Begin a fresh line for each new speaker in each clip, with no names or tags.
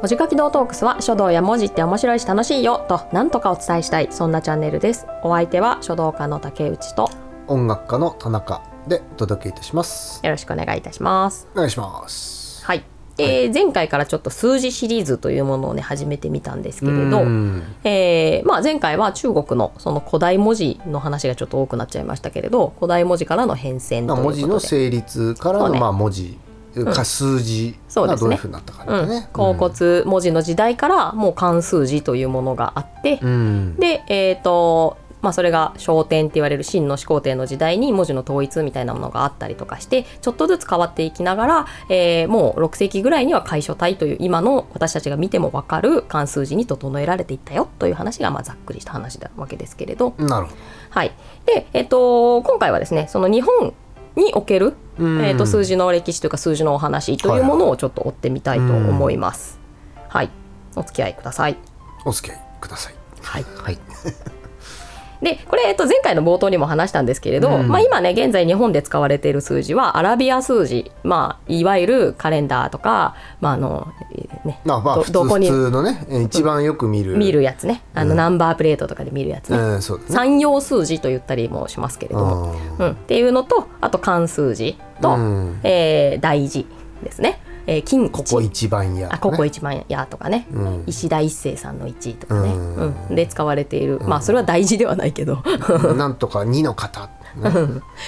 文字書き道トークスは書道や文字って面白いし楽しいよとなんとかお伝えしたいそんなチャンネルですお相手は書道家の竹内と
音楽家の田中でお届けいたします
よろしくお願いいたします
お願いします
はい、えー前回からちょっと数字シリーズというものをね始めてみたんですけれど、
うん
えーまあ、前回は中国のその古代文字の話がちょっと多くなっちゃいましたけれど古代文字からの変遷
まあ
ということ
文
で
字の成立から
そう
の
ね
まあ文字か数字
そうで
が
すね
どういうふうになったか
う
っ
ん
てね
甲骨文字の時代からもう漢数字というものがあって、
うん
で、えーとまあ、それが小天って言われる秦の始皇帝の時代に文字の統一みたいなものがあったりとかしてちょっとずつ変わっていきながら、えーもう6世紀ぐらいには楷書体という今の私たちが見ても分かる漢数字に整えられていったよという話が、まあ、ざっくりした話なわけですけれど、
なるほ
はいでえー、と今回はですねその日本における、
どうん
えー、と数字の歴史というか数字のお話というものをちょっと追ってみたいと思います。はい、お付き合いください
お付き合いください
はい
はい
でこれ、えっと、前回の冒頭にも話したんですけれど、
うん
まあ、今ね現在日本で使われている数字はアラビア数字、まあ、いわゆるカレンダーとか、まああのえね、
まあまあ
ど
普
ど
通
こ
普
に
通のねえー一番よく見る
見るやつねあの、
うん
ナンバープレートとかで見るやつね、
うんそうですね
産業数字と言ったりもしますけれども、
う
うんん、っていうのとあと漢数字と、
うん
えー大字ですね、えー金
こ
こ
こ一番や
あここ一番やとかね、
うん
石田一生さんの1とかね、
うん
うんで使われている、まあそれは大事ではないけど。
なんとか二の 方ね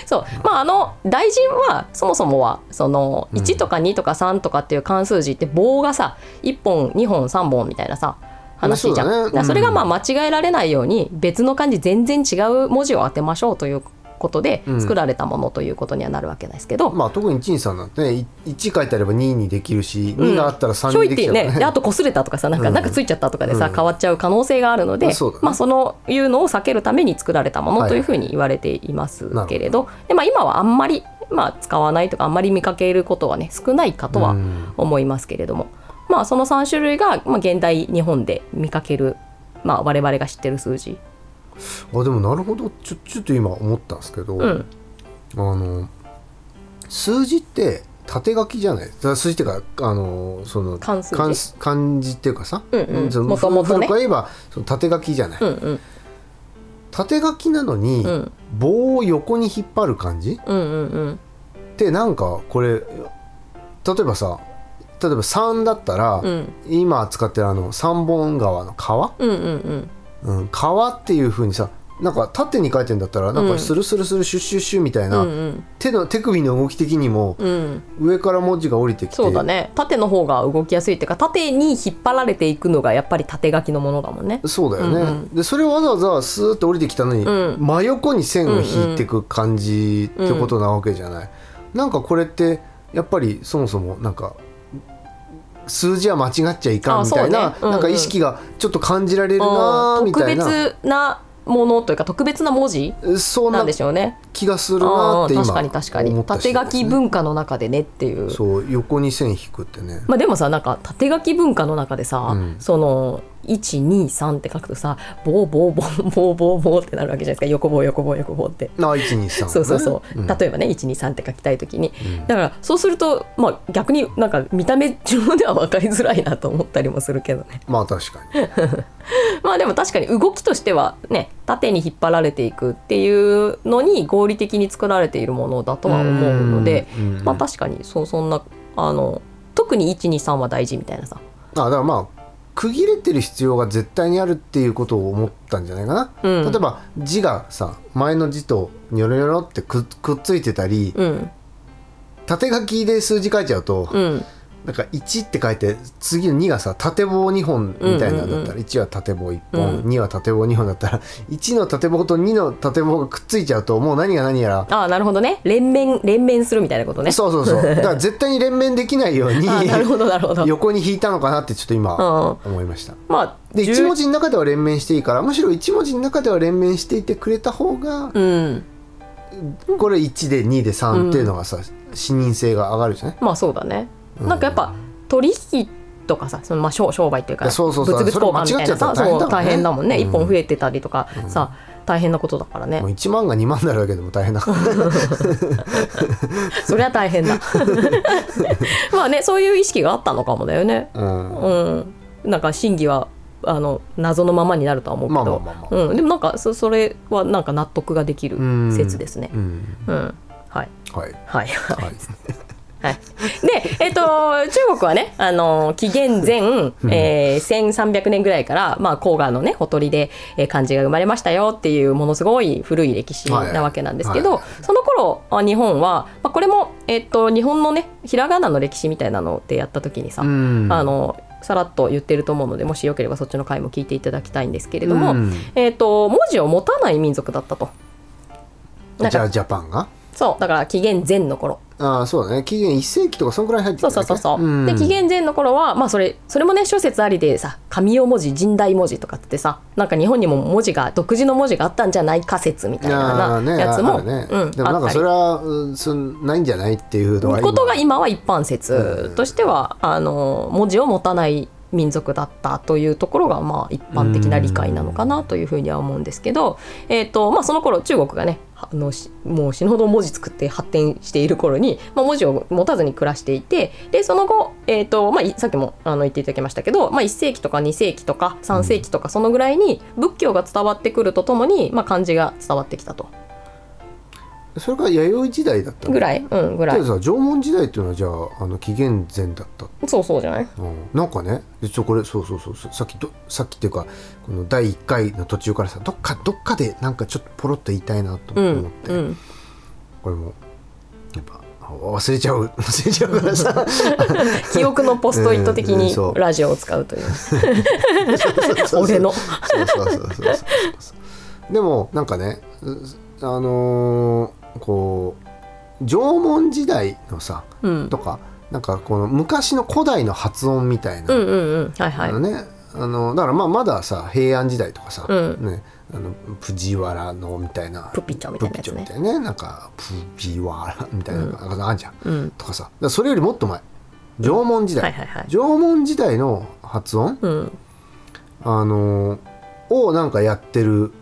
そうまああの大臣はそもそもはその
うん
1とか2とか3とかっていう関数字って棒がさ1本2本3本みたいなさ話じゃん
まあ
だ
そうだね
からそれがまあ間違えられないように別の漢字全然違う文字を当てましょうということで
うん
作られたものということにはなるわけですけど、
まあ特に陳さんなんてね1書いてあれば2にできるし2があったら
ひょ
3
い
に
っ
で
て
きちゃうから
ねであと擦れたとかさなんか、
うん
なんかついちゃったとかでさ、
うん
変わっちゃう可能性があるので、
そうだね
まあ、そのいうのを避けるために作られたも
は
の
い
というふうに言われています
なるほど
けれど,、でまあ、今はあんまり、まあ、使わないとかあんまり見かけることはね少ないかとは
うん
思いますけれども、まあ、その3種類が、まあ、現代日本で見かける、まあ、我々が知ってる数字。
あでもなるほどちょちょっと今思ったんですけど、
うん
あの数字って縦書きじゃないだから数字っていうかあのその
漢数字
漢す漢字っていうかさ
うんうん
その
元々ね
古くから言えばその縦書きじゃない、
うんうん
縦書きなのに、
うん
棒を横に引っ張る感じ
うんうんうん
ってなんかこれ例えばさ例えば3だったら、
うん
今使ってるあの三本川の川、
うんうんうん
うん、川っていうふうにさなんか縦に書いてんだったらなん
う
か
ん
スルスルスルシュッシュッシュみたいな、
うん
手の手首の動き的にも
うんうん
上から文字が降りてきて
そうだね縦の方が動きやすいっていうか縦に引っ張られていくのがやっぱり縦書きのものだもんね。
そうだよね、
うん
でそれをわざわざスーッと降りてきたのに、
うん
真横に線を引いていく感じってことなわけじゃない、なんかこれってやっぱりそもそもなんか数字は間違っちゃいか
あ
んみ
そう
た
ね
いな、
うんうん
なんか意識がちょっと感じられるなー
うん
み
特
たいな、
別なものというか特別な文字
そん
な
なん
でしょうね。
気がする
あ
なーっ
あ
て今
確かに確か
思
に
った
縦
次
書
第ですね
き文化の中でねっていう。
そう横に線引くってね、
まあ、でもさなんか縦書き文化の中でさ、
うん
その123って書くとさボーボーボーボーボーボーってなるわけじゃないですか横棒横棒横棒って。
なあ123、ね、
そうそうそう、
ん
例えばね123って書きたい時に、
うん
だからそうすると、まあ、逆になんか見た目上では分かりづらいなと思ったりもするけどね
まあ確かに
まあでも確かに動きとしてはね縦に引っ張られていくっていうのに合理的に作られているものだとは思うので、
うんうん
まあ確かにそうそんなあの特に123は大事みたいなさ、
あだからまあ区切れてる必要が絶対にあるっていうことを思ったんじゃないかな、
うん
例えば字がさ前の字とニョロニョロってくっくっついてたり、
うん
縦書きで数字書いちゃうと、
うん、
なんか1って書いて次の2がさ縦棒2本みたいなのだったら、
うんうん
1は縦棒1本、
う
2は縦棒2本だったら1の縦棒と2の縦棒がくっついちゃうともう何が何やら
ああなるほどね連綿連綿するみたいなことね
そうそ うそうだから絶対に連綿できないように
ああなるほどなるほど、うん、
横に引いたのかなってちょっと今思いました。
まあ
で
十
1文字の中では連綿していいからむしろ1文字の中では連綿していてくれた方が、
うん
これ1で2で3っていうのがさ、視認性が上がるじゃない
まあそうだね。なんかやっぱ取引とかさ、そのまあ商商売という
い
か
やそうそうそう
物々交換みたいなさ、
それ間違っち
そう
ゃったら
大
大変
変
だ
だ
も
も
ん
ん
ね
ね。一、本増えてたりとかさ、大変なことだからね
もう1万が2万になるだけでも大変だから
そりゃ大 変だまあねそういう意識があったのかもだよね
うん
うんなんか真偽はあの謎のままになるとは思うけ
まあまあ
ど
まあまあ
うんでもなんかそそれはなんか納得ができ
うん
る説ですね
うん
うんはい
は
は
い
い
はい
はい、で、えっと、中国はね、あの紀元前、えー1300年ぐらいから、まあ、黄河の、ね、ほとりで、えー漢字が生まれましたよっていうものすごい古い歴史なわけなんですけど、
はい
その頃あ日本は、まあ、これも、えっと、日本のねひらがなの歴史みたいなのでやった時にさ、
うん
あのさらっと言ってると思うのでもしよければそっちの回も聞いていただきたいんですけれども、
うん
えっと、文字を持たない民族だったと。なん
じゃ
か
あジャパンが
そうだから紀元前の頃
ああそうだね紀元1世紀とかそんくらい入って
そ
きた
うんそう
だっけ
そうそう、
ん
で紀元前の頃はまあそれそれもね諸説ありでさ神代文字神代文字とかってさなんか日本にも文字が独自の文字があったんじゃないか説みたい
あ
な
あね
やつ
あ
も、
るね
うん、
でもなん
あ
か
った
そ
り
れはうんそんないんじゃないっていうのは
ことが
今
今は一般説としては、あの文字を持たない民族だったというところがまあ一般的な理解なのかなというふうには思うんですけど、えーとまあ、その頃中国がねあのしもう死ぬほど文字作って発展している頃に、まあ、文字を持たずに暮らしていてでその後、えーとまあ、いさっきもあの言っていただきましたけど、まあ、1世紀とか2世紀とか3世紀とかそのぐらいに仏教が伝わってくるとともに、まあ、漢字が伝わってきたと
それが弥生時代だった
ぐ
い
らい、うん、ぐら
け
い
どさ縄文時代っていうのはじゃああの紀元前だった
そうそうじゃない
うんなんかねでちょこれそうそうそうそうさっきどさっきっていうかこの第1回の途中からさどっかどっかでなんかちょっとポロッと言いたいなと
う
思っ
ん
て、
うん
これもやっぱあ忘れちゃう 忘れちゃうからさ
記憶のポストイット的
うんうん
に
そう
ラジオを使うという 俺の
そうそうそうそうそうそうでもなんかねうあのーこう縄文時代のさ
うん
とかなんかこの昔の古代の発音みたいな、
うんうんうんはいは
あ
い
のねあのだからまあまださ平安時代とかさ、
うん
ね、あの藤原のみたいな
プピチョみたい
プ
な
ピ
や
チ
つ
ョみ
ね
たいなねなんかプピワラみたいなのがなんかあんじゃん、
うん
とかさだからそれよりもっと前縄文時代、
はいはいはい
縄文時代の発音、
うん
あのをなんかやってる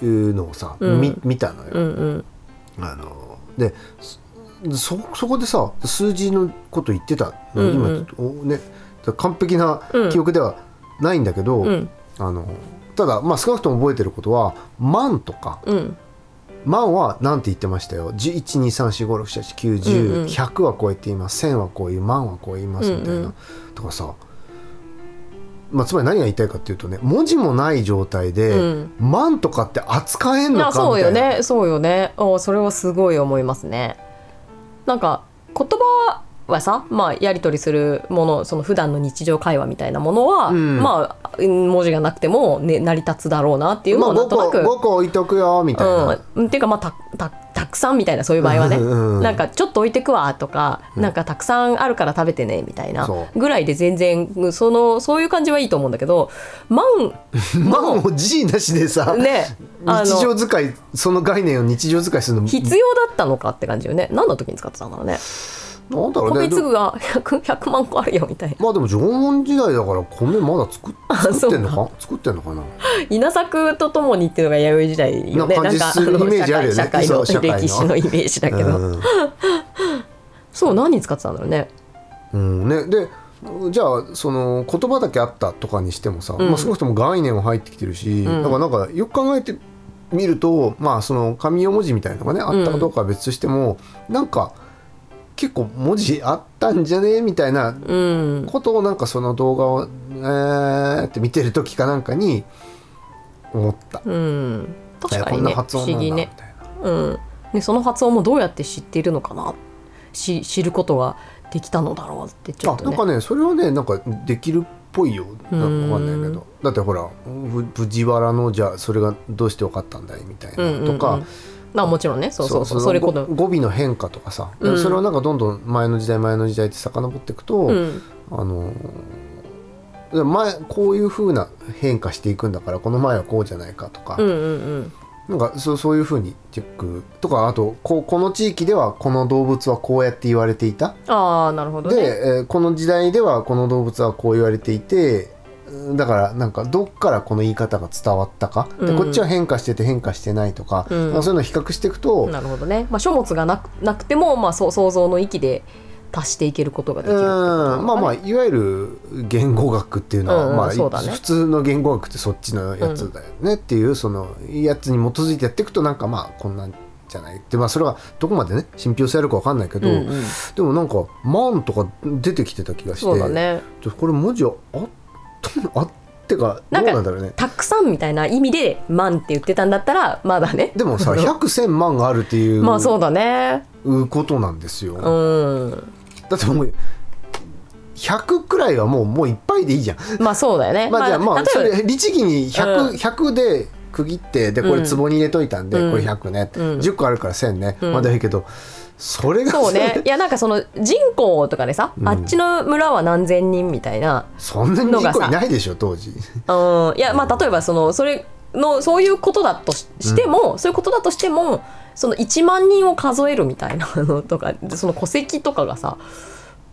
のをさ、
うん
み見たの
う
よ。
んうん
あのでそそこでさ数字のこと言ってた
う
の、
んうん
今ちょっとおね完璧な記憶ではないんだけど、
うん
あのただ、まあ、少なくとも覚えてることは「万」とか
うん
「万」はなんて言ってました
う
よ「
んうん
12345678910」100は超えています「1000は超え「万」は超えます」みたいな、
うんうん
とかさ、まあ、つまり何が言いたいかっていうとね文字もない状態で
うん
「万」とかって扱えん
い
の
や
か
そ
み
う
た
よ
いな。
ねそうよねおそれはすごい思いますねなんか言葉はさ、まあ、やり取りするものその普段の日常会話みたいなものは、
うん
まあうん文字がなくても、ね、成り立つだろうなっていう
ま
の
あ、
はなんとな
5個
く、
5個置いとくよみたいな、
うん、っていうかまあたたたくさんみたいなそういう場合はね、
うんうん
なんかちょっと置いてくわとか、なんかたくさんあるから食べてねみたいな
そう
ぐらいで全然そのそういう感じはいいと思うんだけどマン
万を字なしでさ、
ねあ
日常
の
使いその概念を日常使いするの
必要だったのかって感じよね何の時に使ってたんだろうね
なんだろうね
米
でも
粒が 100, 100万個あるよみたいな
まあでも縄文時代だから米まだ作っ作ってんの
そ
か作ってんのかな
稲作とともにっていうのが弥生時代よね
な感じ
なん
する
の
イメージあるよね
社会社
そう社
会の
会の
歴史のイメージだけど、そう何に使ってたんだろうね
うん、うんねでじゃあその言葉だけあったとかにしてもさ、
ん
まあ、少なくとも概念も入ってきてるし、
ん
だからなんかよく考えてみるとまあその紙4文字みたいなのがねあったかどうかは別としても、なんか結構文字あったんじゃねみたいな
うん
ことをなんかその動画をえーって見てる時かなんかに思った、
うん確か
こ
に
んな
ね
発
不
音
思
なんだ
議
みたい
ね
な。
うん、でその発音もどうやって知っているのかなし知ることができたのだろうってちょっと
あ
ね
なんかねそれはねなんかできるっぽいよなんか
うん
わかんないけどだってほらふ藤原のじゃあそれがどうして分かったんだいみたい
うんうん
な
うん
とか、
まあもちろんねそうそうそうそ
の
れこ
ご
そ
語尾の変化とかさ、
うん
それをなんかどんどん前の時代前の時代って遡っていくと、
うん
あのー前こういうふうな変化していくんだからこの前はこうじゃないかとか、
うんうん
なんかそうそういうふうにチェックとかあとここの地域ではこの動物はこうやって言われていた
うんああなるほどね
で、えーこの時代ではこの動物はこう言われていてだからなんかどっからこの言い方が伝わったか、
う
で
ん
こっちは変化してて変化してないとか、
うん
まあそういうのを比較していくと、
なるほどね、まあ、書物がなくなくても、まあ、そう想像の域で達していけることができるってことなのか
うん
ね
まあまあいわゆる言語学っていうのは、
うんうん
まあ
そうだね
普通の言語学ってそっちのやつだよねっていう、そのやつに基づいてやっていくとなんかまあこんなんじゃないってまあそれはどこまでね信憑性あるかわかんないけど、
うんうん
でもなんか「マン」とか出てきてた気がして
そうだね
ちょこれ文字あったあってかどうなんだろうね
たくさんみたいな意味で「万」って言ってたんだったらまだね
でもさ100千万があるっていう
まあそうだね
ことなんですよ、
うん
だってもう100くらいはもうもういっぱいでいいじゃん
まあそうだよね
まあじゃあまあ
例
そ
えば
れ律儀に 100,、
うん
100で区切ってでこ
う
れ
ん
壺に入れといたんで、
うん
これ100ね、
うん
10個あるから1000ね、
うん
まだいいけどそれが
そう ねいやなんかその人口とかでさ、
うん
あっちの村は何千人みたいな
そんなに10個いないでしょ当
う
時
んいやまあ例えばそのそれのそういうことだとししても、そういうことだとしてもその1万人を数えるみたいなのとかその戸籍とかがさ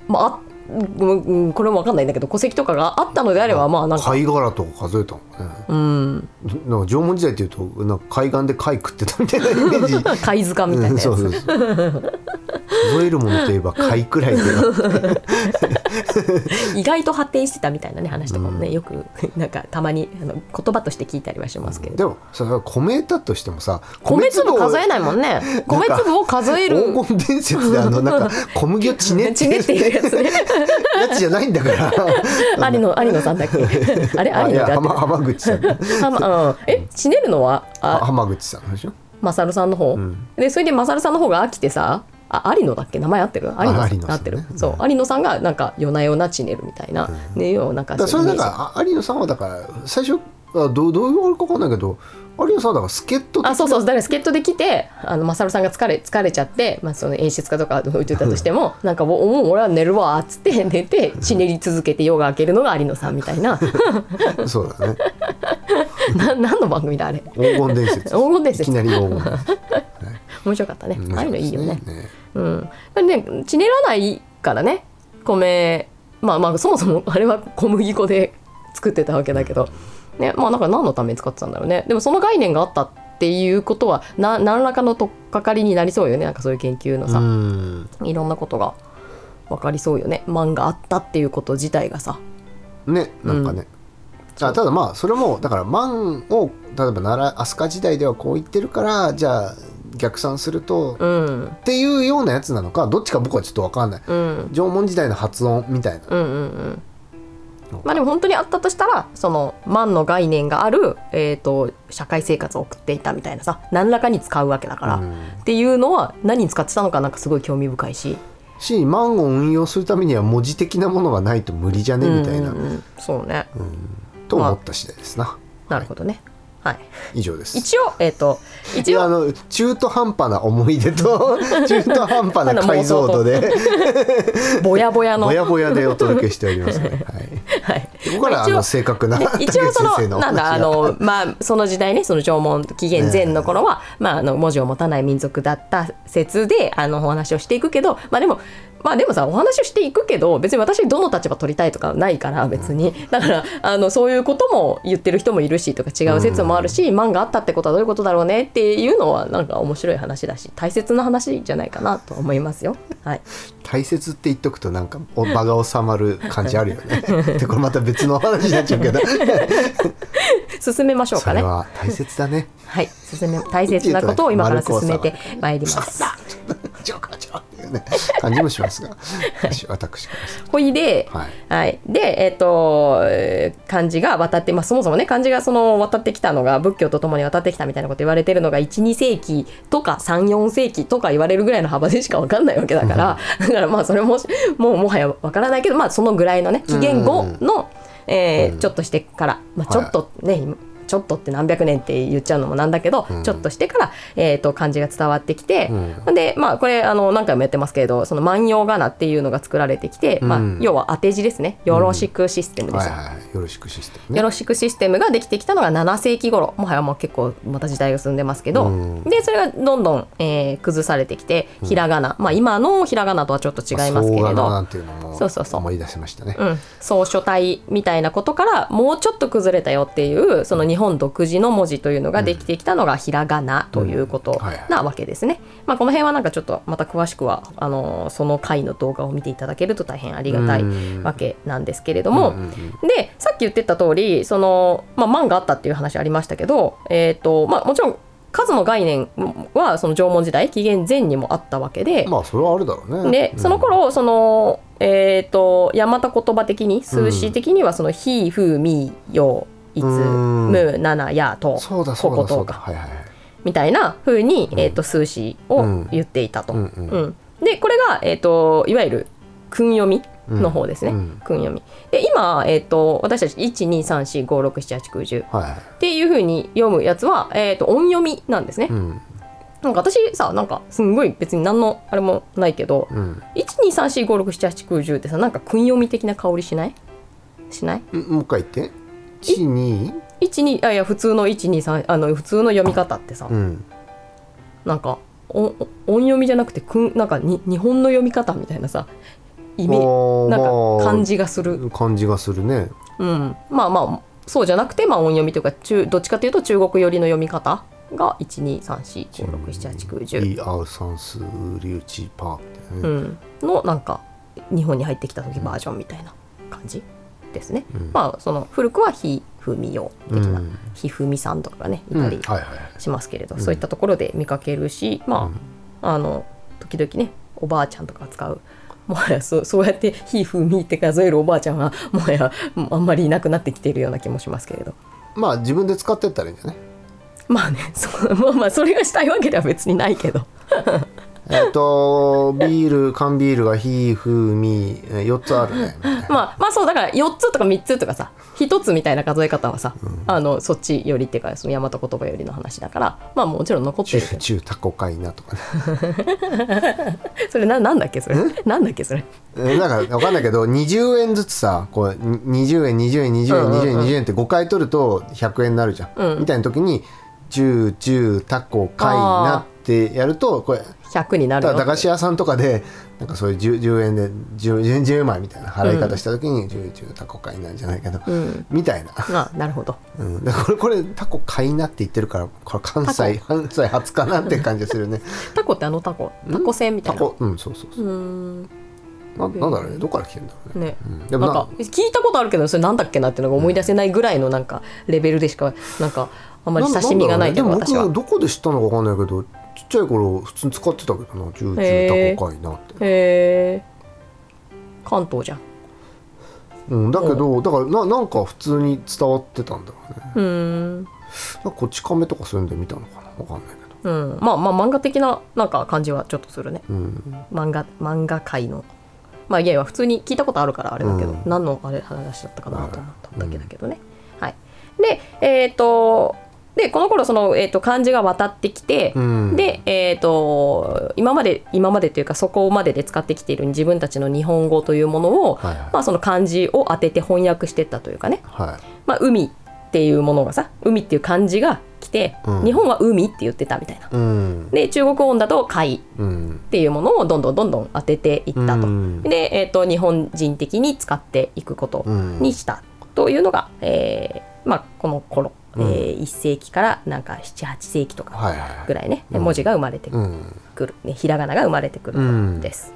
まああうんうんこれも分かんないんだけど戸籍とかがあったのであればまあなんか
貝殻とか数えたもんね
うん
なんか縄文時代っていうとなんか海岸で貝食ってたみたいなイメージ
貝塚みたいな
うん
やつ、
そうそうそう覚えるものといえば貝くらいで
意外と発展してたみたいなね話とかもね、
うん
よくなんかたまにあの言葉として聞いたりはしますけれど
でもそれは米だとしてもさ
米粒
を
数えないもんね米粒を数える
黄金伝説であ のなんか小麦をちねって
ちねっていうやつね
やつじゃないんだ から。
有野有野さんだ っけあれ
あい
有野だ
や
っ
浜浜口さん。
てたまうんえちねるのは
あ
あ
浜口さんでしょ。
マサルさんの方、
ん
でそれでマサルさんの方が飽きてさあ有野だっけ名前合ってる有野さん
有野さんね
合ってる、
うん
そう有野さんがなんか夜な夜なちねるみたいな、ねようなんか
だからそ
い
れ
うイメ
なん
ージ
かあ有野さんはだから最初あどうどういうあれかわかんないけど有野さんはだから助っ人
あそうそうだから助っ人で来てあのマサルさんが疲れ疲れちゃって、まあ、その演出家とか置いてたとしてもなんかもうもう俺は寝るわっつって寝てひねり続けて夜が明けるのが有野さんみたい な
とそうだね。
な 何の番組だあれ
黄金伝説。
黄金伝説
いきなり黄 金。
面白かったねああいうのいいよね。
ね
うんやっぱりねちねらないからね米まあまあそもそもあれは小麦粉で作ってたわけだけど、ね、まあなんか何のために使ってたんだろうねでもその概念があったっていうことはな何らかの取っかかりになりそうよねなんかそういう研究の
う
さ、
ん。
いろんなことが分かりそうよね漫画あったっていうこと自体がさ
ねなんかね。あただまあそれもだから万を例えば奈良飛鳥時代ではこう言ってるからじゃあ逆算すると、っ
うん
ていうようなやつなのかどっちか僕はちょっとわかんない
うん
縄文時代の発音みたいな
うんうんうんまあでも本当にあったとしたらその万の概念がある、えー、と社会生活を送っていたみたいなさ何らかに使うわけだから、
うん
っていうのは何に使ってたのかなんかすごい興味深いし
し万を運用するためには文字的なものがないと無理じゃねみたいな、
うんうんうんそうね、
と思った次第ですな
なるほどねはい
以上です
一応えっ、と
い
一
やあ
応
の中途半端な思い 出と中途半端な解像度で
ぼやぼやの
ぼやぼやでお届けしておりますね、はい、
はい
ここからはあ
一応
の正確な
で
竹内
一応そ
先生
の
お話
なんだ
が
あのまあその時代ねその縄文紀元前の頃は、まああの文字を持たない民族だった説であのお話をしていくけどまあでもまあでもさお話をしていくけど別に私どの立場取りたいとかないから別にだからあのそういうことも言ってる人もいるしとか違う説もあるし、漫画あったってことはどういうことだろうねっていうのはなんか面白い話だし大切な話じゃないかなと思いますよ。はい、
大切って言っとくとなんかお場が収まる感じあるよ ねでこれまた別のお話になっちゃうけど
進めましょう
そ
か
れ
ね。
は大切だね
はい、進め大切なことを今から進めてまいります。
ジョーカージョーっていうね感じもしますが私からする
ほいで、
はい
で、えっ、と、えー漢字が渡って、まあ、そもそもね、漢字がその渡ってきたのが、仏教とともに渡ってきたみたいなこと言われてるのが、1、2世紀とか3、4世紀とか言われるぐらいの幅でしか分かんないわけだから、だからまあ、それも、もうもはや分からないけど、まあ、そのぐらいのね、紀元後の、えーちょっとしてから、まあ、ちょっとね、今ちょっとって何百年って言っちゃうのもなんだけど、
うん
ちょっとしてから、えー、と漢字が伝わってきて、
うん
でまあこれあの何回もやってますけれどその万葉仮名っていうのが作られてきて、まあ
うん、
要は当て字ですねよろしくシステムでし
は
た
い、はいよろしくシステムね
よろしくシステムができてきたのが7世紀頃もはやもう結構また時代が進んでますけど、
うん
でそれがどんどん、えー崩されてきてひらがな、まあ今のひらがなとはちょっと違いますけ
まあ
れ
総柄な
ど。
んていうのも
そうそうそう
思い出しましたね
うん、草書体みたいなことからもうちょっと崩れたよっていうその日本独自の文字というのができてきたのがひらがなということなわけですね。まあ、この辺はなんかちょっとまた詳しくはあのーその回の動画を見ていただけると大変ありがたい
うん
わけなんですけれども、
うんうんうん
でさっき言ってた通りその、まあ、万があったっていう話ありましたけど、えーとまあ、もちろん数の概念はその縄文時代紀元前にもあったわけで、
まあそれはあるだろうね
で
うん
その頃その、えー、と大和言葉的に数詞的にはその「ひ」「ふ」「み」「よ」「いつ」「
うん
む」「なな」「や」「と」
そうだ
こ
そう
こ
だ
と
そ
を
うだ
か
はいはいはい
みたいなふうに、
ん
えー、と数詞を言っていたと。
うんう
うんんでこれが、えー、といわゆる訓読みの方ですね、
うんうん
訓読み。で今、えー、と私たち12345678910
はいはい
っていう風に読むやつは、えー、と音読みなんですね、
うん
なんか私さなんかすんごい別に何のあれもないけど、
うん
12345678910ってさなんか訓読み的な香りしないしない
うんもう一回言って一二
12あいや普通の123あの普通の読み方ってさ、
うん
なんかおお音読みじゃなくてくんなんかに日本の読み方みたいなさイメ
あー
なん
ま
か
あ
感じがする、
感じがするね
うん、まあまあそうじゃなくて、まあ、音読みというか中どっちかというと中国寄りの読み方が12345678910、
リアウサンスウリウチパーっ
う
てね
ん、のなんか日本に入ってきた時バージョンみたいな感じですね、
うん
まあその古くは「ひふみよ」的な
うん
「ひふみさん」とかがねい
うん
た
はい
り
はいはい
しますけれど、
うん
そういったところで見かけるし、
う
ま
ん
ああの時々ねおばあちゃんとか使う もはやそうそうやって「ひふみ」って数えるおばあちゃんはもはやうんあんまりいなくなってきているような気もしますけれど。
まあ自分で使ってったらいいんじゃない
まあね、 そうまあまあそれがしたいわけでは別にないけど
えっとビール缶ビールがひふみえ四つあるねみたいな
まあまあそうだから4つとか3つとかさ1つみたいな数え方はさ、あのそっちよりっていうかその大和言葉よりの話だからまあもちろん残って
中
るけ ど
中タコかいなとかね
それななんだっけそれなんだっけそれ
えなんかわかんないけど20円ずつさこうに20円20円20円20円20円って5回取ると100円になるじゃん、
うん
みたいな時に「10」「10」「タコ」「貝」なってやるとこれ
100にな
た
る
だ駄
よ
菓子屋さんとかでなんかそういう 10, 10円で 10, 10円10円前みたいな払い方した時に「10」「10」「タコ」「貝」なんじゃないけど、
うん
みたいな。
あなるほど
うん、だからこれこれタコ買いなって言ってるからこれ関西関西初かなって感じがす るね
タコってあのタコタコ船みた
タ
いなう
コうんそうそうそう
ーん
ななんだろうねどこから来てんだろうね、
ね、
うん、で
な
も
ん
なん
か聞いたことあるけどそれなんだっけなっていうのが思い出せないぐらいのなんかレベルでしかなんかあんまり親しみがないけど、
んだろうね
私は
でも僕どこで知ったのかわかんないけどちっちゃい頃普通に使ってたけどな重
へー
々高いなって、
へえ関東じゃん
うん、だけどだからななんか普通に伝わってたんだろうね
うーん
なんかこち亀とかそういうので見たのかなわかんないけど
うん、まあまあ漫画的ななんか感じはちょっとするね
うん
漫画漫画界のまあいやいや普通に聞いたことあるからあれだけど、
うん
何のあれ話だったかなと思っただけだけどね、はいでえっ、とでこの頃その、えー、と漢字が渡ってきて、
うん
で、えー、と今まで今までというかそこまでで使ってきている自分たちの日本語というものを、
はいはい
まあ、その漢字を当てて翻訳していったというかね、
はい
まあ、海っていうものがさ海っていう漢字が来て、
うん
日本は海って言ってたみたいな
うん
で中国音だと海
うん
っていうものをどんどんどんどん当てていったと、
うん
で、えー、と日本人的に使っていくこと
うん
にしたというのが、えーまあ、この頃、
うん
え1世紀からなんか78世紀とか
はいはいはい
ぐらいね、
うん
文字が生まれて
うん
くる、ね、ひらがなが生まれてくる
う
頃
ん
です。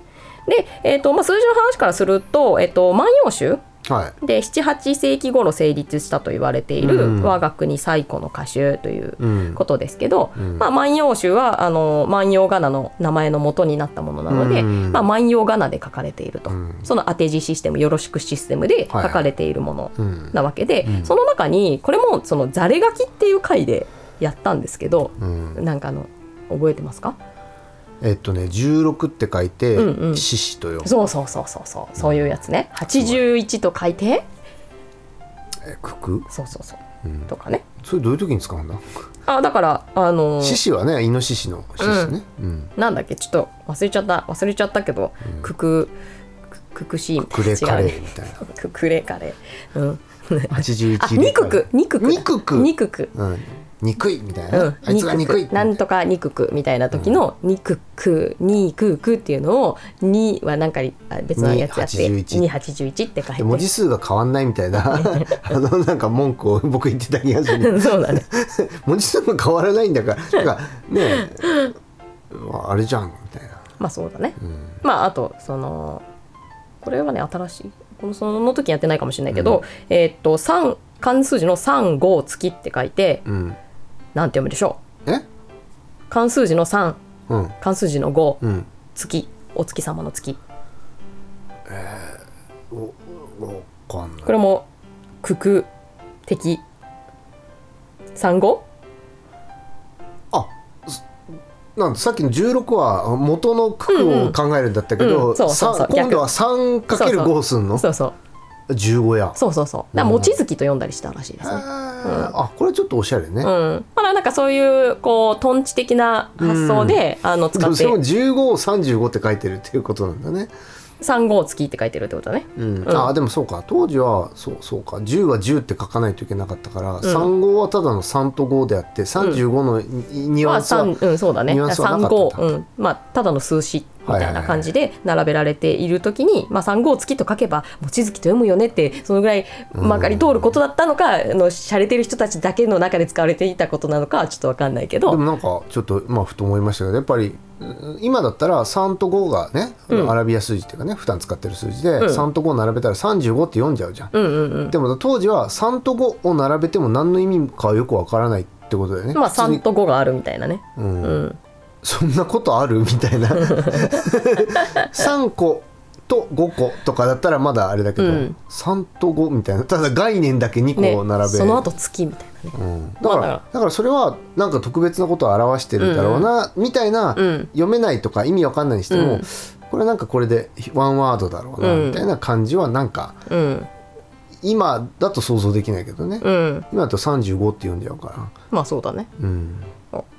で、えーとまあ、数字の話からすると「えー、と万葉集」
はい
で78世紀頃成立したと言われている、
うん
我が国最古の歌集という
うん
ことですけど、
うん
まあ、万葉集はあの万葉仮名の名前の元になったものなので、
うん
まあ、万葉仮名で書かれていると、
うん
その当て字システムよろしくシステムで書かれているもの
うん
なわけで、
うん
その中にこれもその「ざれ書き」っていう回でやったんですけど、
うん
なんかあの覚えてますか
えっとね16って書いて
うんうん
獅子とよ
そうそうそうそうそうそういうやつね81と書いて
えくく
そうそうそう
うん
とかね
それどういう時に使うんだ
あだからあのー
獅子はねイノシシの獅子ねうん
なんだっけちょっと忘れちゃった忘れちゃったけど、ククククシーン
クレカレ
違う
ー
ね
みたいな
ククレカレーうん
81
あ肉く肉く
肉く
肉く
うん憎いみたいな
う
ね
ん、
あいつが憎い
肉なんとか肉くみたいな時の肉く肉くっていうのを2はなんかにあ別のやつやって
281
281って書い
で文
て
字数が変わんないみた いなあのなんか文句を僕言ってた気がする
そうだね
文字数が変わらないんだ からなんかねえまああれじゃんみたいな、
まあそうだね
うん
まああとそのこれはね新しいこのその時やってないかもしれないけど、えーっと三漢数字の三五月って書いて
うん、
なんて読むでしょ
え
う漢数字の三
うん
漢数字の五
うん
月お月様の月
わかんない
これも九九的三五
あすなんださっきの16は元の九九を考えるんだったけ
うんうん
ど、
うんそうそうそう
さ今度は 3×5 すんの
そうそう
15や
そうそうそうだから餅月と読んだりしたらしいですね。
あーあこれちょっとおしゃれ
う
ね、
ん、まあなんかそういうこうトンチ的な発想で、あの
で
使
も
っ
そ
て
れも15を35って書いてるっていうことなんだね、
三五月って書いてるってことだね。
うんあでもそうか当時はそうそうか10は10って書かないといけなかったから、35はただの3と5であって35のニ,、ニュ
ま
ア
あ
ンスは、
三うんそうだね
ニュアンスは
三
なか
五
ったんだ
うんまあただの数詞みたいな感じで並べられているときに、まあ三五月と書けば餅月と読むよねってそのぐらいまかり通ることだったのか、あの洒落てる人たちだけの中で使われていたことなのかはちょっとわかんないけ
で
ど、
もなんかちょっとまあふと思いましたけどやっぱりうん今だったら3と5がね、アラビア数字っていうかね普段使ってる数字で、3と5並べたら35って読んじゃうじゃん、
うんうんうん。
でも当時は3と5を並べても何の意味かはよくわからないってことだよね、
まあ
普通に
三と五があるみたいなね。
うん
うん
そんなことあるみた いな3個と5個とかだったらまだあれだけど、
うん
3と5みたいなただ概念だけ2
ね
個並べ、
その後月みたいなね。
うんだから
まあ
だからそれはなんか特別なことを表してるだろうな、みたいな、
うん
読めないとか意味わかんないにして
う
も、
ん
これなんかこれでワンワードだろうな、
うん
みたいな感じはなんか
うん
今だと想像できないけどね、
うん
今だと35って読んじゃうか
まあそうだね。
ら、うん、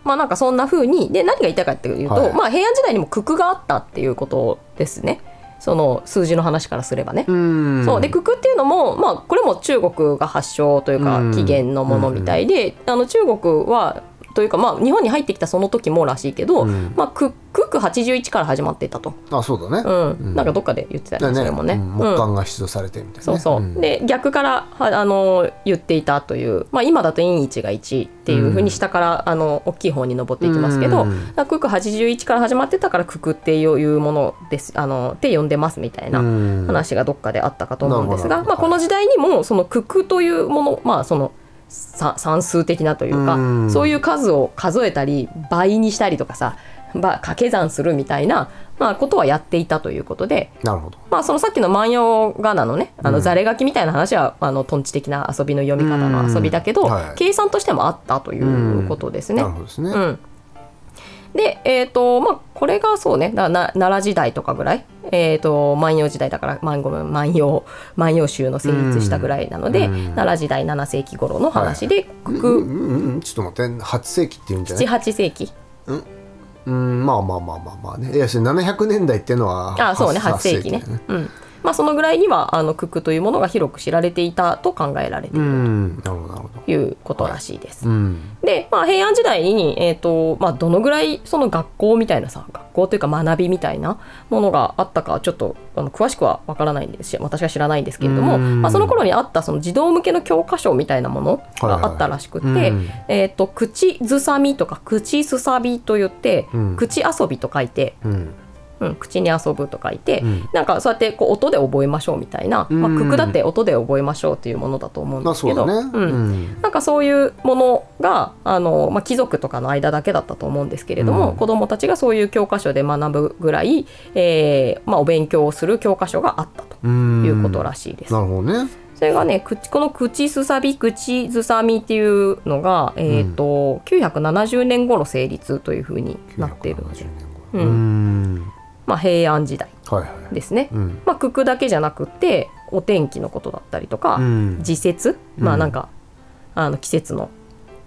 まあなんかそんな風にで何が言いたいかっていうと、
はい
まあ平安時代にも九九があったっていうことですね。その数字の話からすればね。
うん
そうで九九っていうのも、まあ、これも中国が発祥というか
うん
起源のものみたいで、あの中国はというか、まあ、日本に入ってきたその時もらしいけど、
うん
まあ、九九九81から始まってたと、
あそうだね、
うん
うん
なんかどっかで言ってたよ
だ
ね
ね
それもね。
うん
うん
木管が出土されてみたいなね、
そうそう、
ん
で逆からはあの言っていたという、まあ、今だと陰一が1っていうふうに下から、あの大きい方に上っていきますけど、
うん
だからクク81から始まってたからククっていうものですあのって呼んでますみたいな
うん
話がどっかであったかと思うんですが、
なるほど
まあ、この時代にもそのククというものまあそのさ算数的なというか、
うん
そういう数を数えたり倍にしたりとかさば掛け算するみたいな、まあ、ことはやっていたということで、
なるほど
まあ、そのさっきの万葉仮名のねあのざれ書きみたいな話は、あのトンチ的な遊びの読み方の遊びだけど、
うんはい
計算としてもあったということですね。
なるほどですね、
うんで、えーとまあ、これがそうねだな奈良時代とかぐらい、えー、と万葉時代だから、まあ、ごめん万葉万葉集の成立したぐらいなので、
うんうん
奈良時代7世紀頃の話で、
うん
九
うんうんちょっと待って8世紀っていうんじゃない
78世紀
うんまあまあまあまあまあねいやそれ700年代っていうのは
あそうね8世紀
だ
ね
よ
うんまあ、そのぐらいにはあの九九というものが広く知られていたと考えられて
う
いる
んなるほどなるほど
ということらしいです。
うん
で、まあ、平安時代に、えーとまあ、どのぐらいその学校みたいなさ学校というか学びみたいなものがあったかちょっとあの詳しくはわからないんですし私は知らないんですけれども、
うん
まあ、その頃にあったその児童向けの教科書みたいなものがあったらしくて、
はいはいはいうん
えー、と口ずさみとか口すさびと言って、
うん
口遊びと書いて、
うん
うん、口に遊ぶと書いて、
うん
なんかそうやってこう音で覚えましょうみたいな、まあ、
うん
句々だって音で覚えましょうというものだと思うん
ま
で
あ
す
そ
け
う
ど。
だね
うんなんかそういうものがあの、まあ、貴族とかの間だけだったと思うんですけれども、
うん
子どもたちがそういう教科書で学ぶぐらい、えーまあ、お勉強をする教科書があったと
うん
いうことら
し
しいです。
なるほどね
それがね口この「口すさび口ずさみ」っていうのが、えーと970年頃成立というふうになっているので
970、年
う
頃
ん
うん
まあ、平安時代
はいはい
ですね。
うん
まあ、九九だけじゃなくてお天気のことだったりとか、
うん
時節、まあ
うん
なんかあの季節の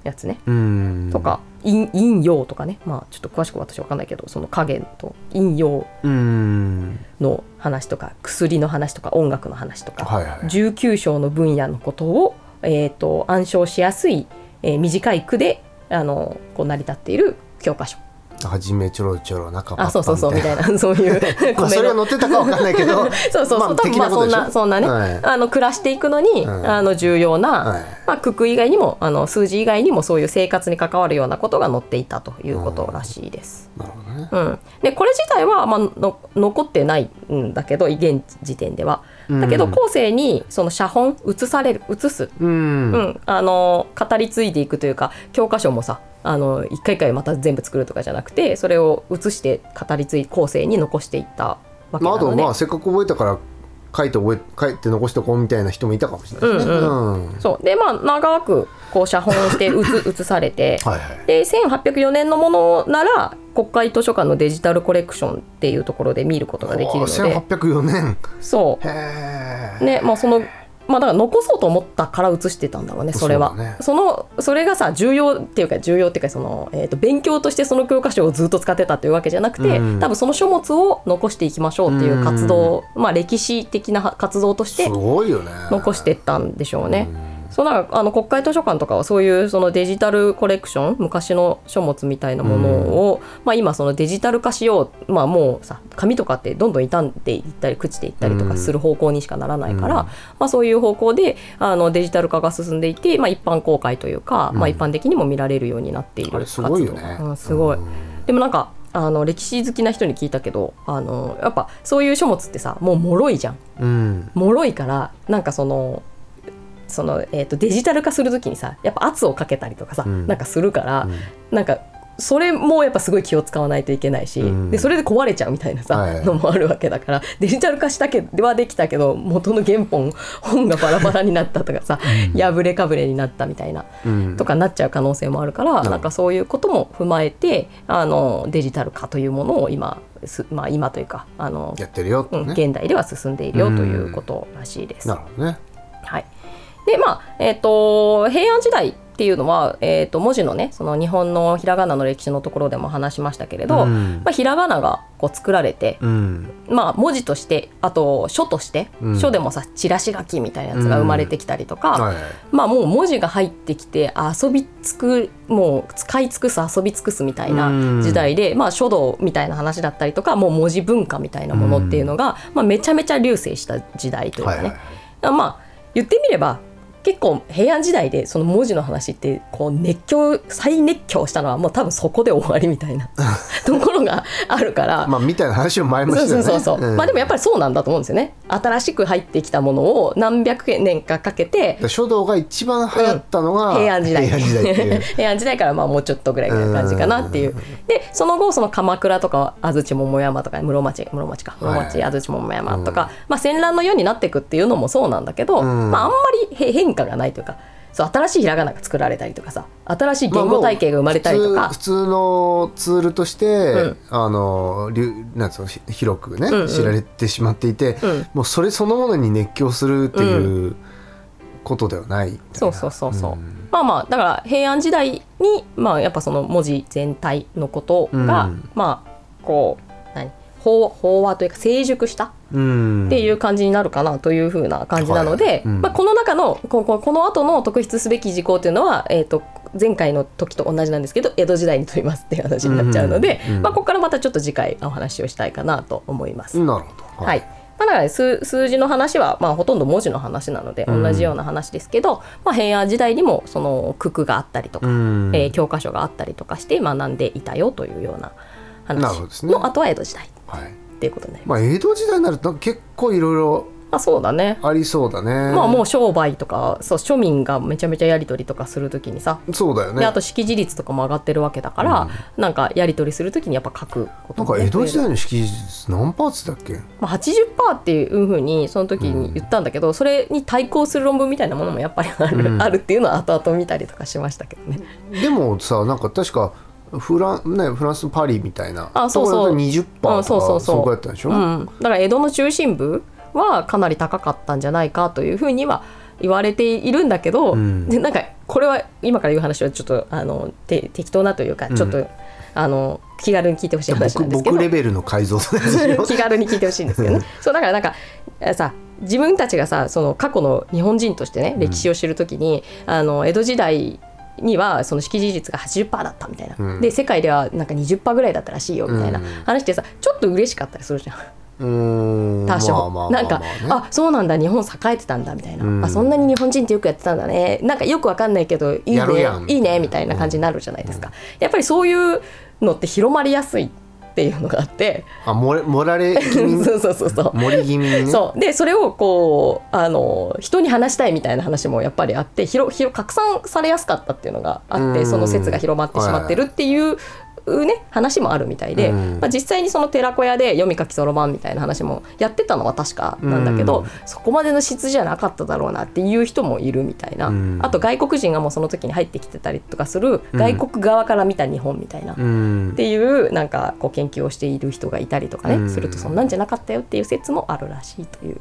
やつね
うん
とか陰陰陽とかねまあちょっと詳しく私わかんないけどその影と陰陽
うん
の話とか薬の話とか音楽の話とか、
はいはい
19章の分野のことを、えー、と暗唱しやすい、えー短い句であのこう成り立っている教科書
はじめちょろちょろ中ば
あ
っぱ
そうそうそうみた
ない
な そう いうコ
まあ
メ
それは
の
載ってたかわかんないけ
そ
ど
うそうそう、
まあ
多分まあ
的なこ
そ
と
ん
でしょ
なそんなね、
はい
あの暮らしていくのに、
はい
あの重要な、
はい
まあ、九九以外にもあの数字以外にもそういう生活に関わるようなことが載っていたということらしいです。
なるほどね
うん、でこれ自体は、まあ、の残ってないんだけど現時点では。だけど
うん
後世にその写本写される写す、
うん
う、ん、あの語り継いでいくというか教科書もさあの一回一回また全部作るとかじゃなくてそれを写して語り継い後世に残していったわけ
まあ、
な
あと
ので、
まあせっかく覚えたから書いて覚え書いて残しとこうみたいな人もいたかもしれないですね、
う
うんは
そうでまあ長くこう写本をして 写写されて
いはい
で1804年のものなら国会図書館のデジタルコレクションっていうところで見ることができるので
1804年
そ
へ
う
え、
ねまあそのまあだから残そうと思ったから写してたんだろうねそれはそ,、
そうだね
のそれがさ重要っていうか重要っていうかその、えー、と勉強としてその教科書をずっと使ってたというわけじゃなくて、
うん
多分その書物を残していきましょうっていう活動、まあ歴史的な活動として
すごいよね
残していったんでしょうね。そうなんかあの国会図書館とかはそういうそのデジタルコレクション昔の書物みたいなものを、まあ、今そのデジタル化しよう、まあ、もうさ紙とかってどんどん傷んでいったり朽ちていったりと
う
か
ん
する方向にしかならないから、
うん
まあ、そういう方向であのデジタル化が進んでいて、まあ、一般公開というか、
うん
まあ、一般的にも見られるようになっている
あれすごいよね、
うん、すごい、でもなんかあの歴史好きな人に聞いたけどあのやっぱそういう書物ってさもう脆いじゃん。
うん
脆いからなんかそのその、えー、とデジタル化するときにさやっぱ圧をかけたりとかさ、
うん
なんかするから、
うん
なんかそれもやっぱすごい気を使わないといけないし、
うん
でそれで壊れちゃうみたいなさ、
はい
のもあるわけだからデジタル化したけではできたけど元の原本本がバラバラになったとかさ、破れかぶれになったみたいな
うん
とかなっちゃう可能性もあるから、
うん
なんかそういうことも踏まえてあのデジタル化というものを今す、まあ、今というかあの
やってるよって
うん、
ね、
現代では進んでいるよということらしいです。
なるほどね
はい、でまあえっ、と平安時代っていうのは、えー、と文字のねその日本のひらがなの歴史のところでも話しましたけれど、
うん
まあ、ひらがながこう作られて、
うん
まあ、文字としてあと書として、
うん
書でもさチラシ書きみたいなやつが生まれてきたりとか、
はいはい
まあ、もう文字が入ってきて遊びつくもう使い尽くす遊び尽くすみたい
うん
な時代で、まあ、書道みたいな話だったりとかもう文字文化みたいなものっていうのが、まあ、めちゃめちゃ流星した時代というか
は
ね、
いはい
まあ言ってみれば結構平安時代でその文字の話ってこう熱狂再熱狂したのはもう多分そこで終わりみた いなところがあるから。
まあみたいな話を前もし
そう
てた
そう
ね
そうそう、
ん
まあでもやっぱりそうなんだと思うんですよね新しく入ってきたものを何百年かかけて
だから書道が一番流行ったのが、
平安時代
平安時代っていう
平安時代からまあもうちょっとぐらいの感じかなっていうでその後その鎌倉とか安土桃山とか室町室町か室
はい
町、安土桃山とか、まあ、戦乱の世になっていくっていうのもそうなんだけど、
うん
まあ、あんまりへ変化がないというかそう新しいひらがなが作られたりとかさ新しい言語体系が生まれたりとか、
まあもう普通普通のツールとして、
ん
あの流なんつうのひ広くね、
んうん
知られてしまっていて、
うん
もうそれそのものに熱狂するっていう、ことではないみたいな
そうそうそうそう、
ん
まあまあだから平安時代にまあやっぱその文字全体のことが、
うん
まあこう何飽飽和というか成熟した
うん
っていう感じになるかなというふうな感じなので、
はいうん
まあ、この中のこここの後の特筆すべき事項というのは、えー、と前回の時と同じなんですけど江戸時代にとりますっていう話になっちゃうので、
うんうん
まあ、ここからまたちょっと次回お話をしたいかなと思います。
なるほど
はいまあ、だからね数数字の話は、まあ、ほとんど文字の話なので
うん
同じような話ですけど、まあ、平安時代にもその九九があったりとか、
うん
えー教科書があったりとかして学んでいたよというような
なるほ
話
どですね
のあとは江戸時代っ
はい
ていうことになります。
まあ、江戸時代になると結構いろいろ
まあ、そうだね
ありそうだね
まあもう商売とかそう庶民がめちゃめちゃやり取りとかするときにさ、
そうだよね
であと識字率とかも上がってるわけだから、なんかやり取りするときにやっぱ書くこと
なん
も
か
ね
江戸時
増える
代の識字何パーツだっけ
まあ、80%っていうふうにその時に言ったんだけど、それに対抗する論文みたいなものもやっぱりある,、
うん
あるっていうのは後々見たりとかしましたけどね。
でもさなんか確かフラン,、ね、フランスのパリみたいな
あそうそう
ところだと20%とか、
うんそうそうそう
こやったんでしょ、
うん、だから江戸の中心部はかなり高かったんじゃないかというふうには言われているんだけど、
うん
でなんかこれは今から言う話はちょっとあのて適当なというか
うん
ちょっと、あの気軽に聞いてほしい話な
僕
んですけ
僕
ど
レベルの改造で すよ
気軽に聞いてほしいんですけ どねそうだからなんかえさ自分たちがさその過去の日本人としてね
ん
歴史を知るときに、あの江戸時代にはその識字率が80%だったみたいな、
うん
で世界ではなんか20%ぐらいだったらしいよみたいな
うん
話ってさちょっと嬉しかったりするじゃん。
うーん
多少、
まあまあま
な
あ
んか、
まあね
あそうなんだ日本栄えてたんだみたいな、
うん
あそんなに日本人ってよくやってたんだねなんかよくわかんないけどいいね
やるやん
いいねみたいな感じになるじゃないですか、やっぱりそういうのって広まりやすいっていうのがあって、
あ盛れ盛られ気 味
そうそうそうそう
盛り気味にね
そうでそれをこうあの人に話したいみたいな話もやっぱりあって広広拡散されやすかったっていうのがあっ
う
て
ん
その説が広まってしまってるっていう。ね、話もあるみたいで、
うん
まあ、実際にその寺子屋で読み書きそろばんみたいな話もやってたのは確かなんだけど、
うん
そこまでの質じゃなかっただろうなっていう人もいるみたいな、
うん
あと外国人がもうその時に入ってきてたりとかする外国側から見た日本みたいな、
うん
っていうなんかこう研究をしている人がいたりとかね、
うん
するとそんなんじゃなかったよっていう説もあるらしいという。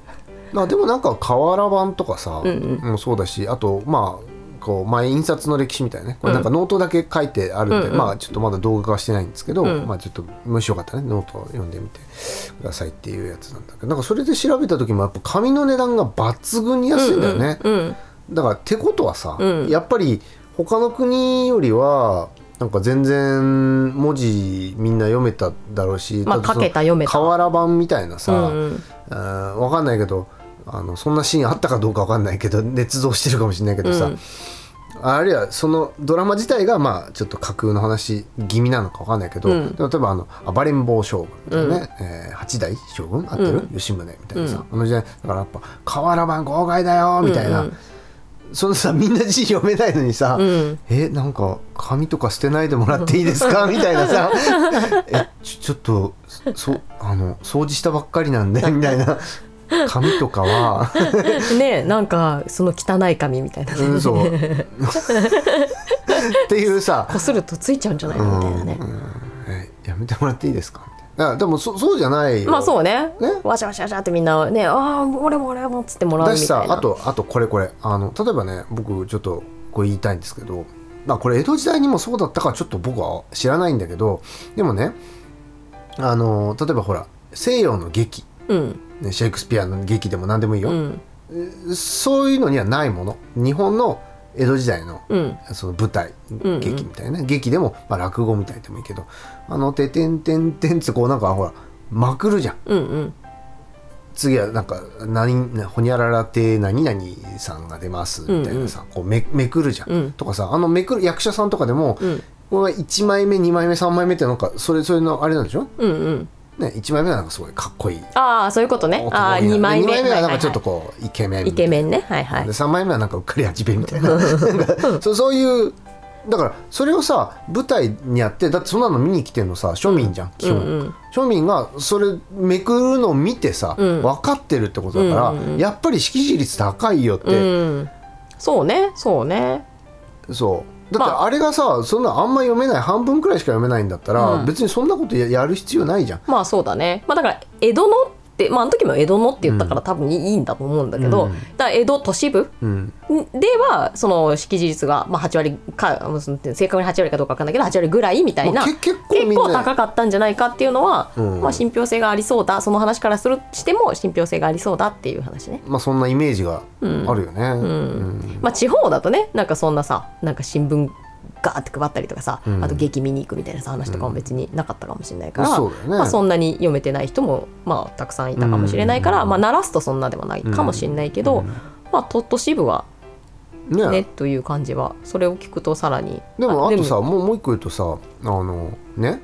まあでもなんか瓦版とかさ、
うんうん
もうそうだしあとまあこう前印刷の歴史みたいなねこれなんかノートだけ書いてあるんで、
うんうん
まあちょっとまだ動画化はしてないんですけど、
うん
まあちょっともしよかったらねノートを読んでみてくださいっていうやつなんだけどなんかそれで調べた時もやっぱ紙の値段が抜群に安いんだよね、
うん
だからってことはさ、
うん
やっぱり他の国よりはなんか全然文字みんな読めただろうし、
まあ
だってそ
書
の
けた読めた
瓦版みたいなさ、
うんうん
あーわかんないけどあのそんなシーンあったかどうかわかんないけど捏造してるかもしれないけどさ、
うん
あるいはそのドラマ自体がまあちょっと架空の話気味なのかわかんないけど、
うん
例えばあの「暴れん坊将軍」みたいなね、えー八代将軍あってる、吉宗みたいなさ、あの時代だからやっぱ「瓦版豪快だよ」みたい
う
な、
んうん
そのさみんな字読めないのにさ「
うん
えなんか紙とか捨てないでもらっていいですか?」みたい なさ「えちょちょっとそあの掃除したばっかりなんで」みたいな紙とかは
ねなんかその汚い紙みたいなね
う んそうっていうさ
こするとついちゃうんじゃないのみたいなね
う、んうんえやめてもらっていいですかみたいなあでもそそうじゃないよ
まあそうね
ね
わしゃわしゃわしゃってみんなねああ俺も俺もっつってもらう
だ
み
したさ
いな
あとあとこれこれあの例えばね僕ちょっとこれ言いたいんですけどまあこれ江戸時代にもそうだったかちょっと僕は知らないんだけどでもねあの例えばほら西洋の劇、
うん
ね、シェイクスピアの劇でも何でもいいうよ、
ん
そういうのにはないもの日本の江戸時代の
うん
その舞台
うん
劇みたいな、劇でも、まあ、落語みたいでもいいけどあの「ててんてんてん」ってこうなんかほらまくるじゃん
うんうん
次はなんか何ほにゃららて何々さんが出ますみたいなさ、こうめめくるじゃん、
うん
とかさあのめくる役者さんとかでも、
うん
これは1枚目2枚目3枚目ってなんかそれそれのあれなんでしょ、
うんうん
ね、1枚目はなんかすごいかっこいい
ああそういうことねああ
男にな
二枚目
る二枚目はな
い
んか
いい
ちょっとこうイケメンみ
イ
た
ケ
いな
メンねはいはい
で3枚目はなんかうっかり八兵衛みたいななんかそそういうだからそれをさ舞台にやってだってそんなの見に来てんのさ庶民じゃん、基本、
うんうん
庶民がそれめくるのを見てさ、
うん
分かってるってことだから、
うんうん
やっぱり識字率高いよっ
う
て、
んそうねそうね
そうだって
ま
あれがさそんなあんま読めない半分くらいしか読めないんだったら、
うん
別にそんなことややる必要ないじゃん。
まあそうだね、まあ、だから江戸のって、まあ、あの時も江戸のって言ったから多分いいんだと思うんだけど、
うん
だから江戸都市部
うん
ではその識字率が、まあ、8割かまあその正確に8割かどうか分かんないけど8割ぐらいみたい
ま
な、
あけ結構みん
結
な
構高かったんじゃないかっていうのは、
うん
まあ、信憑性がありそうだその話からするしても信憑性がありそうだっていう話ね。
まあ、そんなイメージがあるよね。うん
まあ、地方だとねなんかそんなさなんか新聞ガーって配ったりとかさ、
うん
あと劇見に行くみたいなさ話とかも別になかったかもしれないから、
うんそうだよね
まあ、そんなに読めてない人も、まあ、たくさんいたかもしれないから、
うん
まあ、鳴らすとそんなでもないかもしれないけど、
うん
まあ、と都市部は
ね
ねという感じはそれを聞くとさらに
でもあとさもうもう一個言うとさあのね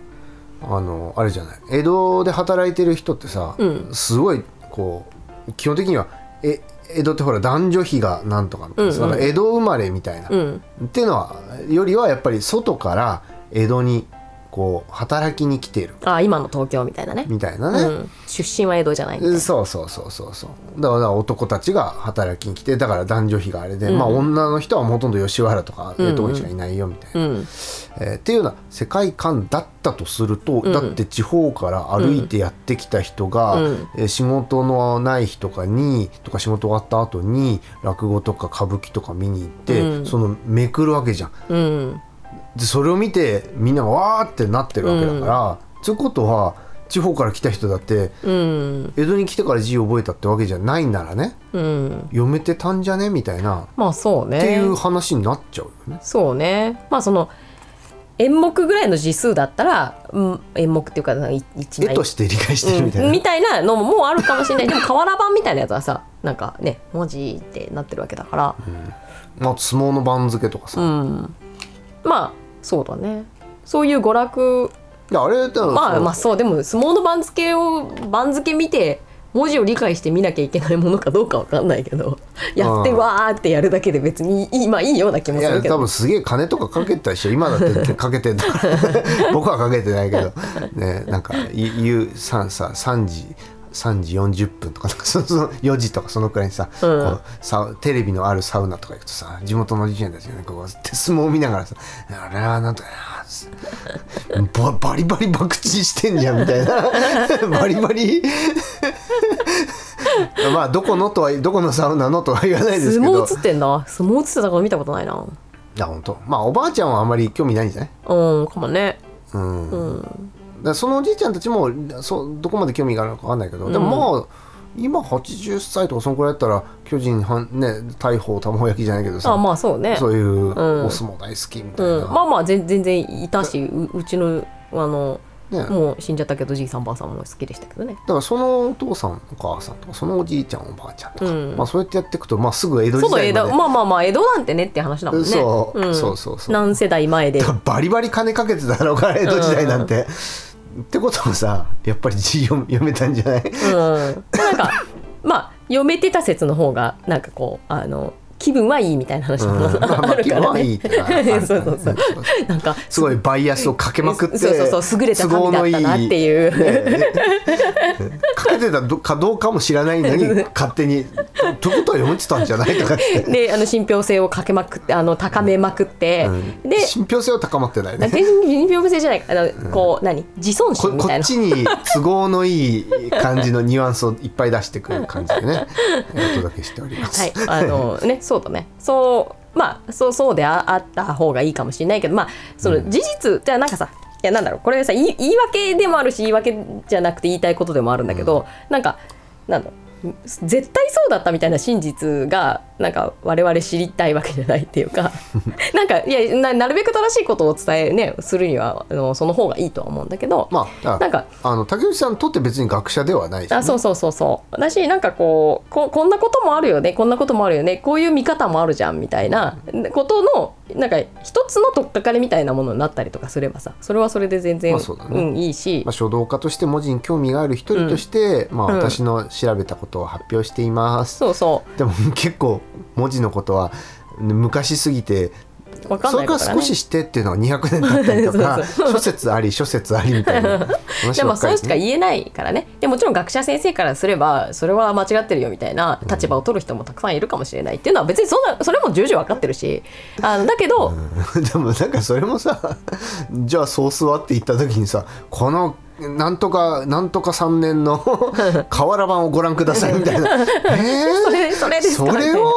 あのあれじゃない江戸で働いてる人ってさ、
うん
すごいこう基本的にはえ江戸ってほら男女比がなんとかみたいなさ
うんうん
だから江戸生まれみたいな、
うん
っていうのはよりはやっぱり外から江戸にこう働きに来てる
あ今の東京みたいなね
みたいなね、
うん、出身は江戸じゃないみたいな
そうそうそうそうそうだから男たちが働きに来てだから男女比があれで、まあ女の人はほとんど吉原とか江戸にしかいないよみたいな、
うん、
えーっていうような世界観だったとすると、だって地方から歩いてやってきた人が、
うん
えー仕事のない日とかにとか仕事終わった後に落語とか歌舞伎とか見に行って、
うん
そのめくるわけじゃん。
うん、
でそれを見てみんながわーってなってるわけだから、ということは地方から来た人だって
うん、
江戸に来てから字を覚えたってわけじゃないならね
うん、
読めてたんじゃねみたいな、
まあそうね。
っていう話になっちゃうよね。
そうね。まあその演目ぐらいの字数だったら、うん、演目っていうかい一
絵
枚
として理解してるみたいな、
うんみたいなのももうあるかもしれない。でも瓦版みたいなやつはさ、なんかね文字ってなってるわけだから、
まあ、相撲の番付とかさ、
うん、まあそうだね。そういう娯楽
であれだから
まあ
その
まあそうでも相撲の番付を番付見て文字を理解して見なきゃいけないものかどうかわかんないけどやって
うん
わーってやるだけで別にいい,、まあ、いいような気も
い
す
や
るけど
多分すげえ金とかかけてたでしょ今だってかけてんだから 僕はかけてないけどねなんか言うささ3時3時40分とかなんかそのそ の4時とかそのくらいにさ,、
うん
こうさテレビのあるサウナとか行くとさ地元のじいちゃんたちがねこう手相撲を見ながらさ「あれはなんとかなつって」ババリバリ爆打してんじゃんみたいな バリバ リまあどこのとはどこのサウナのとは言わないですけ
相
ど
撲映ってんだ相撲映ってたから見たことないない
や本当まあおばあちゃんはあまり興味ないんじゃない
うんかもね
うん、
うん
だからそのおじいちゃんたちもそどこまで興味があるのかわかんないけど、でもまあ今80歳とかそのくらいだったら巨人はんね大砲玉焼きじゃないけどさ
あまあそうね
そういう
うん
お相撲大好きみたいな、
うん、まあまあ全全然いたしううちのあの
ね、だか
もう死んじゃったけどじいさんばあさんも好きでしたけどね
らそのお父さんお母さんとかそのおじいちゃんおばあちゃんとか、
うん
まあ、そうやってやっていくと、まあ、すぐ江戸
そ
時
うだ江
代ま
戸
で
まあまあまあ江戸なんてねって話だもんね
そう
うん、
そうそうそう
何世代前 で
バリバリ金かけてたろうから江戸時代なんて、ってこともさやっぱり字読読めたんじゃない
うん、なんかまあ読めてた説の方がなんかこうあの気分はいいみたいな話
うん
も
まあま
あ
あ
る
気
か
分
ら
はいい
ね
ってのはあるからね
そうそうそうなんか
すごいバイアスをかけまくって
そうそうそう優れた神だったなって
う
いう
かけてたどかどうかも知らないのに 勝手に「ということは読んでたんじゃない?」とかって、
であの信憑性をかけまくってあの高めまくって、
うん
で
信憑性は高まってないね
全然信憑性じゃないあの、こう何自尊
こ
心み
こ
たい
っ
な
ちに都合のいい感じのニュアンスをいっぱい出してくる感じで ねお届けしております。
はいあのねそうだねそうまあそうそうでああった方がいいかもしれないけどまあその事実じゃあなんかさいやなんだろうこれさ言い言い訳でもあるし言い訳じゃなくて言いたいことでもあるんだけど、なんかなんだろう絶対そうだったみたいな真実がなんか我々知りたいわけじゃないっていう かなんかいやななるべく正しいことをお伝え、ね、するにはあのその方がいいとは思うんだけど、
まあ、だ
な
ら
んか
あの竹内さんにとって別に学者ではないし
あそうそうそうそうだしなんかこうここんなこともあるよねこんなこともあるよねこういう見方もあるじゃんみたいなことのなんか一つの取っかかりみたいなものになったりとかすればさそれはそれで全然、
まあそうだね
ん、いいし、
まあ、書道家として文字に興味がある一人として、まあ、
うん
私の調べたことを発表しています。
そうそ
でも結構文字のことは昔すぎて
う分かん
そ
な
れ
い
か
からら、ね、
少ししてっていうのは200年経ったりとか
そう
諸説あり諸説ありみたいな話
で
ば
も
っか
そ
り
う
で
し
す
か
ね。
言えないからねでもちろん学者先生からすればそれは間違ってるよみたいな立場を取る人もたくさんいるかもしれないっていうのは別にそんなそれも重々分かってるしあのだけど、
でもなん かそれもさじゃあソースはって言った時にさこのなんとかなんとか3 年の瓦版をご覧くださいみたいなえ
それそれ
ー、
ですか
そ
らね
れを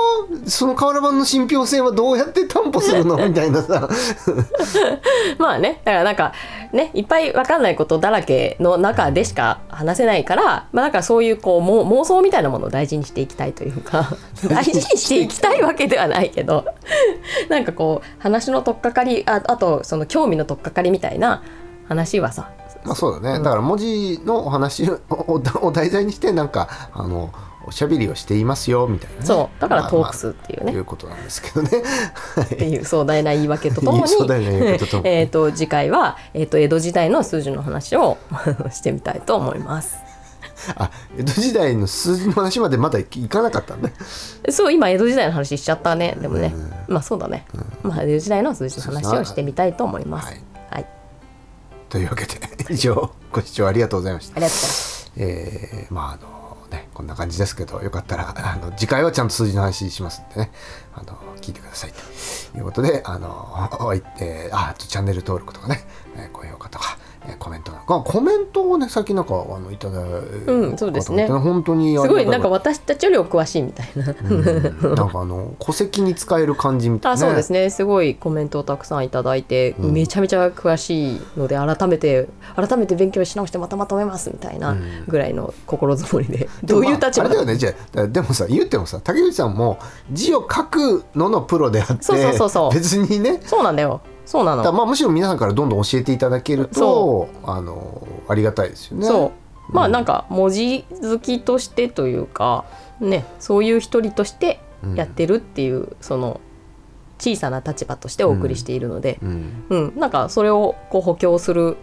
その瓦版の信憑性はどうやって担保す るのみたいなさ
まあねだからなんかねいっぱいわかんないことだらけの中でしか話せないから、まあ、なんかそういうこうもう妄想みたいなものを大事にしていきたいという か大事にしていきたいわけではないけど なんかこう話の取っかかりああとその興味の取っかかりみたいな話はさ
まあそうだね、だから文字のお話をおお題材にしてなんかあのおしゃべりをしていますよみたいなね、
そうだから
まあ
トークスっていう
とい
ね。
うことなんですけどね。 はい
っていう壮大な言い訳とともに
壮大な言い訳とともに
えーと次回は、えー、と江戸時代の数字の話を してみたいと思います。
あ江戸時代の数字の話までまだいかなかったんだね。
そう今江戸時代の話しちゃったねでもね、まあそうだね、まあ江戸時代の数字の話をしてみたいと思います。
はい
はい、
とというわけで 以上ご視聴ありがとうございました
ありがとうございました。
えーまああのねこんな感じですけどよかったら あの次回はちゃんと数字の話しますんでねあの聞いてくださいということであのおいえーああとチャンネル登録とかね、えー高評価とか、えーコメントなんかコメントをね最近なんかあのいただい
うんそうですね
たと思って本当にあ
す
り
ご
がた
いなんか私たちよりお詳しいみたいな。
うんなんかあの戸籍に使える感じみたい
あ
な
そうですねすごいコメントをたくさんいただいて、
うん
めちゃめちゃ詳しいので改めて改めて勉強し直してまたまとめますみたいな
うん
ぐらいの心づもりで、どういう立場
まああれだよねじゃあでもさ言ってもさ竹内さんも字を書くののプロであって
そうそうそうそう
別にね
そうなんだよそうな
だから
の、
まあむしろ皆さんからどんどん教えていただけると
そ
あのありがたいですよね。
そうまあなんか文字好きとしてというかねそういう一人としてやってるっていう、その小さな立場としてお送りしているので、
うん、
うんなんかそれをこう補強する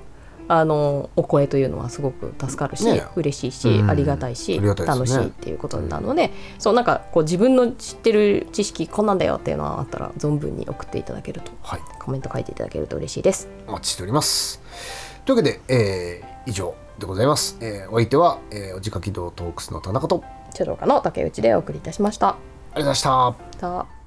あのお声というのはすごく助かるし、
ねえ
嬉しいし、
うん
ありがたいし
ありがたいですね
楽しいっていうことなので、そうなんかこう自分の知ってる知識こんなんだよっていうのがあったら存分に送っていただけると
はい
コメント書いていただけると嬉しいです。
お待ちしております。というわけで、えー以上でございます。えーお相手は、えーおじかき堂トークスの田中とありがとう
書道家の竹内でお送りいたしました。
ございました。
さあ